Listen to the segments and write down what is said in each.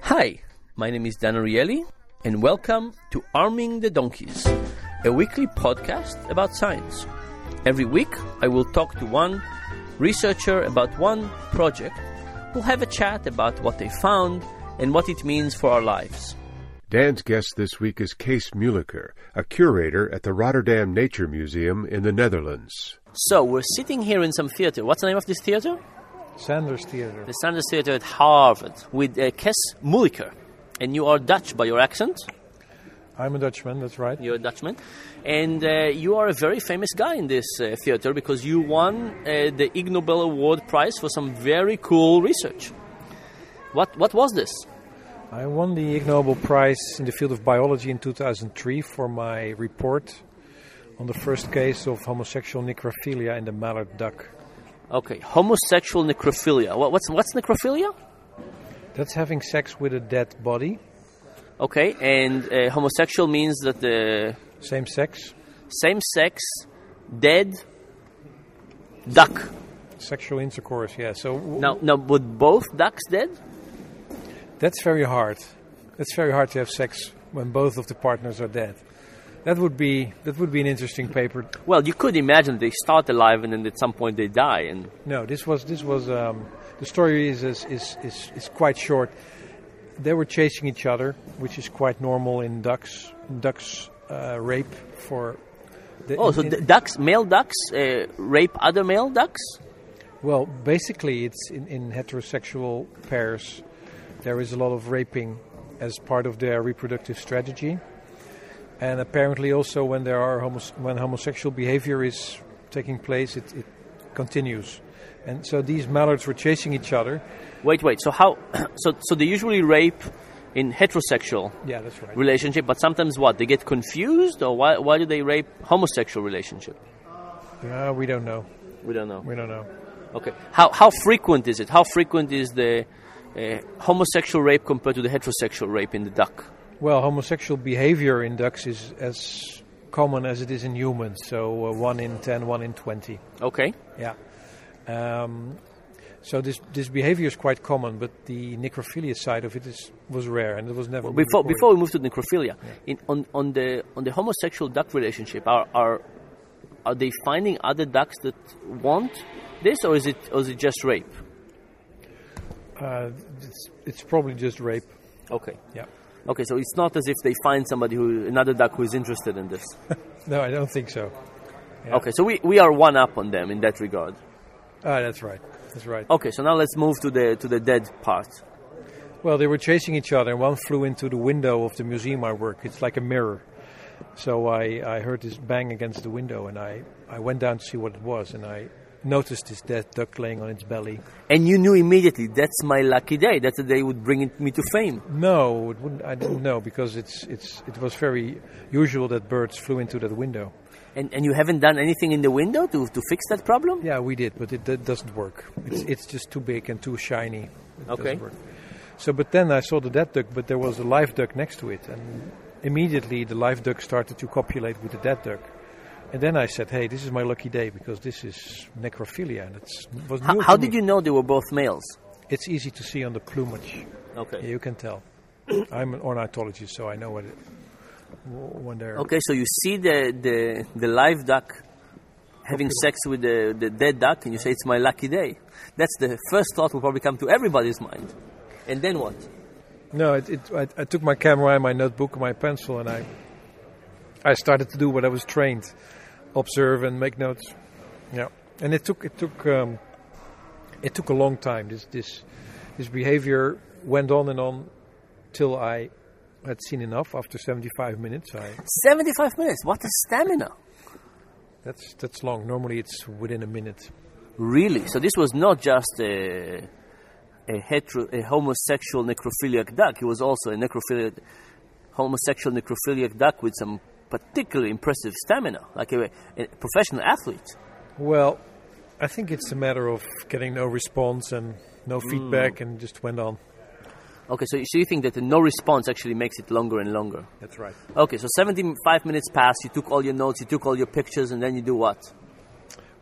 Hi, my name is Dan Ariely, and welcome to Arming the Donkeys, a weekly podcast about science. Every week, I will talk to one researcher about one project. We'll have a chat about what they found and what it means for our lives. Dan's guest this week is Kees Muliker, a curator at the Rotterdam Nature Museum in the Netherlands. So, we're sitting here in some theater. What's the name of this theater? Sanders Theater. The Sanders Theater at Harvard with uh, Kes Muliker. And you are Dutch by your accent. I'm a Dutchman, that's right. You're a Dutchman. And uh, you are a very famous guy in this uh, theater because you won uh, the Ig Nobel Award Prize for some very cool research. What, what was this? I won the Ig Nobel Prize in the field of biology in 2003 for my report on the first case of homosexual necrophilia in the mallard duck. Okay, homosexual necrophilia. What, what's, what's necrophilia? That's having sex with a dead body, Okay, and uh, homosexual means that the same sex, same sex, dead duck. sexual intercourse, yeah. So w- Now, now, were both ducks dead? that's very hard. It's very hard to have sex when both of the partners are dead. That would be that would be an interesting paper. Well, you could imagine they start alive and then at some point they die. And No, this was this was um, the story is is, is is is quite short. They were chasing each other, which is quite normal in ducks. Ducks uh, rape for. The, oh, so in- d- ducks, male ducks, uh, rape other male ducks. well, basically, it's in, in heterosexual pairs. There is a lot of raping as part of their reproductive strategy, and apparently also when there are homos- when homosexual behavior is taking place, it, it continues. And so these mallards were chasing each other. Wait, wait. So how? So so they usually rape in heterosexual Yeah, that's right. relationship, but sometimes what? They get confused, or why why do they rape homosexual relationship? Uh, we don't know. We don't know. We don't know. Okay. How how frequent is it? How frequent is the uh, homosexual rape compared to the heterosexual rape in the duck? Well, homosexual behavior in ducks is as common as it is in humans. So uh, one in 10, one in 20. Okay. Yeah. Um, so this this behavior is quite common, but the necrophilia side of it is was rare and it was never been Before recorded. before we move to necrophilia, in, on on the on the homosexual duck relationship, are are are they finding other ducks that want this, or is it or is it just rape? Uh, it's, it's probably just rape. Okay. Yeah. Okay, so it's not as if they find somebody who another duck who is interested in this. No, I don't think so. Yeah. Okay, so we, we are one up on them in that regard. Ah, that's right. That's right. Okay, so now let's move to the to the dead part. Well, they were chasing each other, and one flew into the window of the museum I work. It's like a mirror. So I, I heard this bang against the window, and I, I went down to see what it was, and I noticed this dead duck laying on its belly. And you knew immediately that's my lucky day. That's the day would bring it, me to fame. No, it wouldn't, I didn't know because it's, it's, it was very usual that birds flew into that window. And and you haven't done anything in the window to, to fix that problem. Yeah, we did, but it that doesn't work. It's, it's just too big and too shiny. It Mm. Okay. doesn't work. So, but then I saw the dead duck, but there was a live duck next to it, and immediately the live duck started to copulate with the dead duck. And then I said, "Hey, this is my lucky day because this is necrophilia, and it's was How, new how to did me. you know they were both males? It's easy to see on the plumage. Okay. You can tell. I'm an ornithologist, so I know what it, when they're Okay, so you see the the, the live duck having sex with the, the dead duck, and you say it's my lucky day. That's the first thought will probably come to everybody's mind. And then what? No, it, it, I, I took my camera and my notebook and my pencil, and I, I started to do what I was trained: observe and make notes. Yeah, and it took it took um, it took a long time. This this this behavior went on and on till I had seen enough. After 75 minutes, I Seventy five minutes. What a stamina! that's that's long. Normally, it's within a minute. Really? So this was not just a, a, hetero, a homosexual necrophiliac duck. It was also a necrophiliac, homosexual necrophiliac duck with some particularly impressive stamina, like a, a professional athlete. Well, I think it's a matter of getting no response and no feedback, and just went on. Okay, so, so you think that the no response actually makes it longer and longer? That's right. Okay, so 75 minutes passed. You took all your notes, you took all your pictures, and then you do what?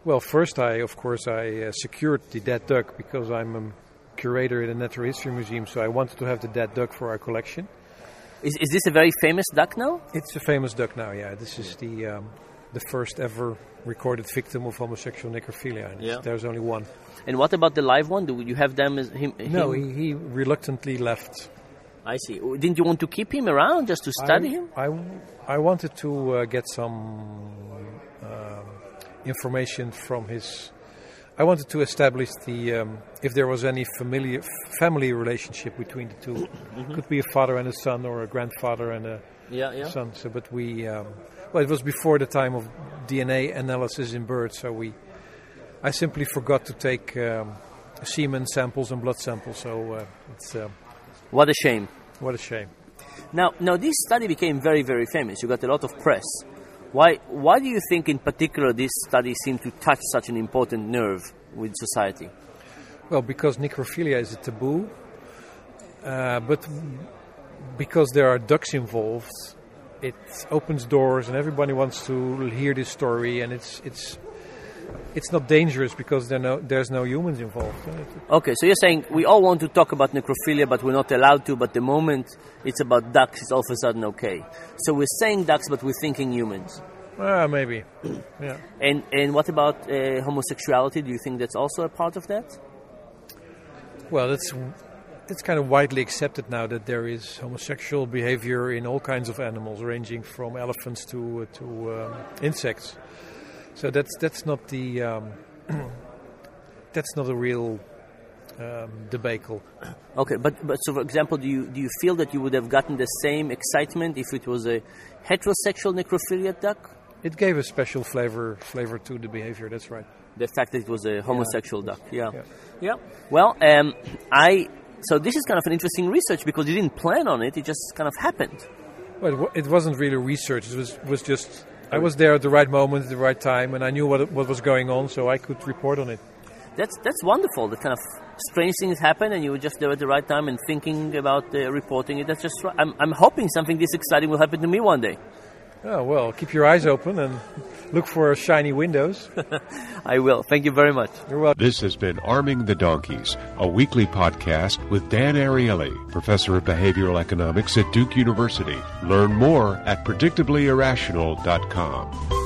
Well, first I, of course, I uh, secured the dead duck because I'm a curator at the Natural History Museum, so I wanted to have the dead duck for our collection. Is, is this a very famous duck now? It's a famous duck now, yeah. This is the um, the first ever recorded victim of homosexual necrophilia. And Yeah. There's only one. And what about the live one? Do you have them as him? No, him? he, he reluctantly left. I see. Didn't you want to keep him around just to study I, him? I, I wanted to uh, get some um, information from his. I wanted to establish the um, if there was any familiar family relationship between the 2 Could be a father and a son, or a grandfather and a Mm-hmm. Yeah, yeah. son. So, but we um, well, it was before the time of DNA analysis in birds. So we, I simply forgot to take um, semen samples and blood samples. So uh, it's um, What a shame. what a shame. Now, now this study became very, very famous. You got a lot of press. Why, why do you think in particular this study seemed to touch such an important nerve with society? Well, because necrophilia is a taboo, uh, but because there are ducks involved, it opens doors and everybody wants to hear this story. And it's it's it's not dangerous because there no there's no humans involved. Okay, so you're saying we all want to talk about necrophilia, but we're not allowed to, but the moment it's about ducks, it's all of a sudden okay. So we're saying ducks, but we're thinking humans. Ah, maybe. Yeah. And, and what about uh, homosexuality? Do you think that's also a part of that? Well, that's it's kind of widely accepted now that there is homosexual behavior in all kinds of animals, ranging from elephants to uh, to um, insects. So that's that's not the um, that's not a real um, debacle. Okay, but, but so for example, do you, do you feel that you would have gotten the same excitement if it was a heterosexual necrophilia duck? It gave a special flavor flavor to the behavior. That's right. the fact that it was a homosexual duck. Yeah. Yeah. yeah. Well, um, I. So this is kind of an interesting research because you didn't plan on it; it just kind of happened. Well, it, wa- it wasn't really research. It was was just I was there at the right moment, at the right time, and I knew what what was going on, so I could report on it. That's that's wonderful. The kind of strange things happen, and you were just there at the right time and thinking about uh, reporting it. That's just. Right. I'm I'm hoping something this exciting will happen to me one day. Oh well, keep your eyes open and look for shiny windows. I will. Thank you very much. You're welcome. This has been Arming the Donkeys, a weekly podcast with Dan Ariely, professor of behavioral economics at Duke University. Learn more at predictablyirrational.com.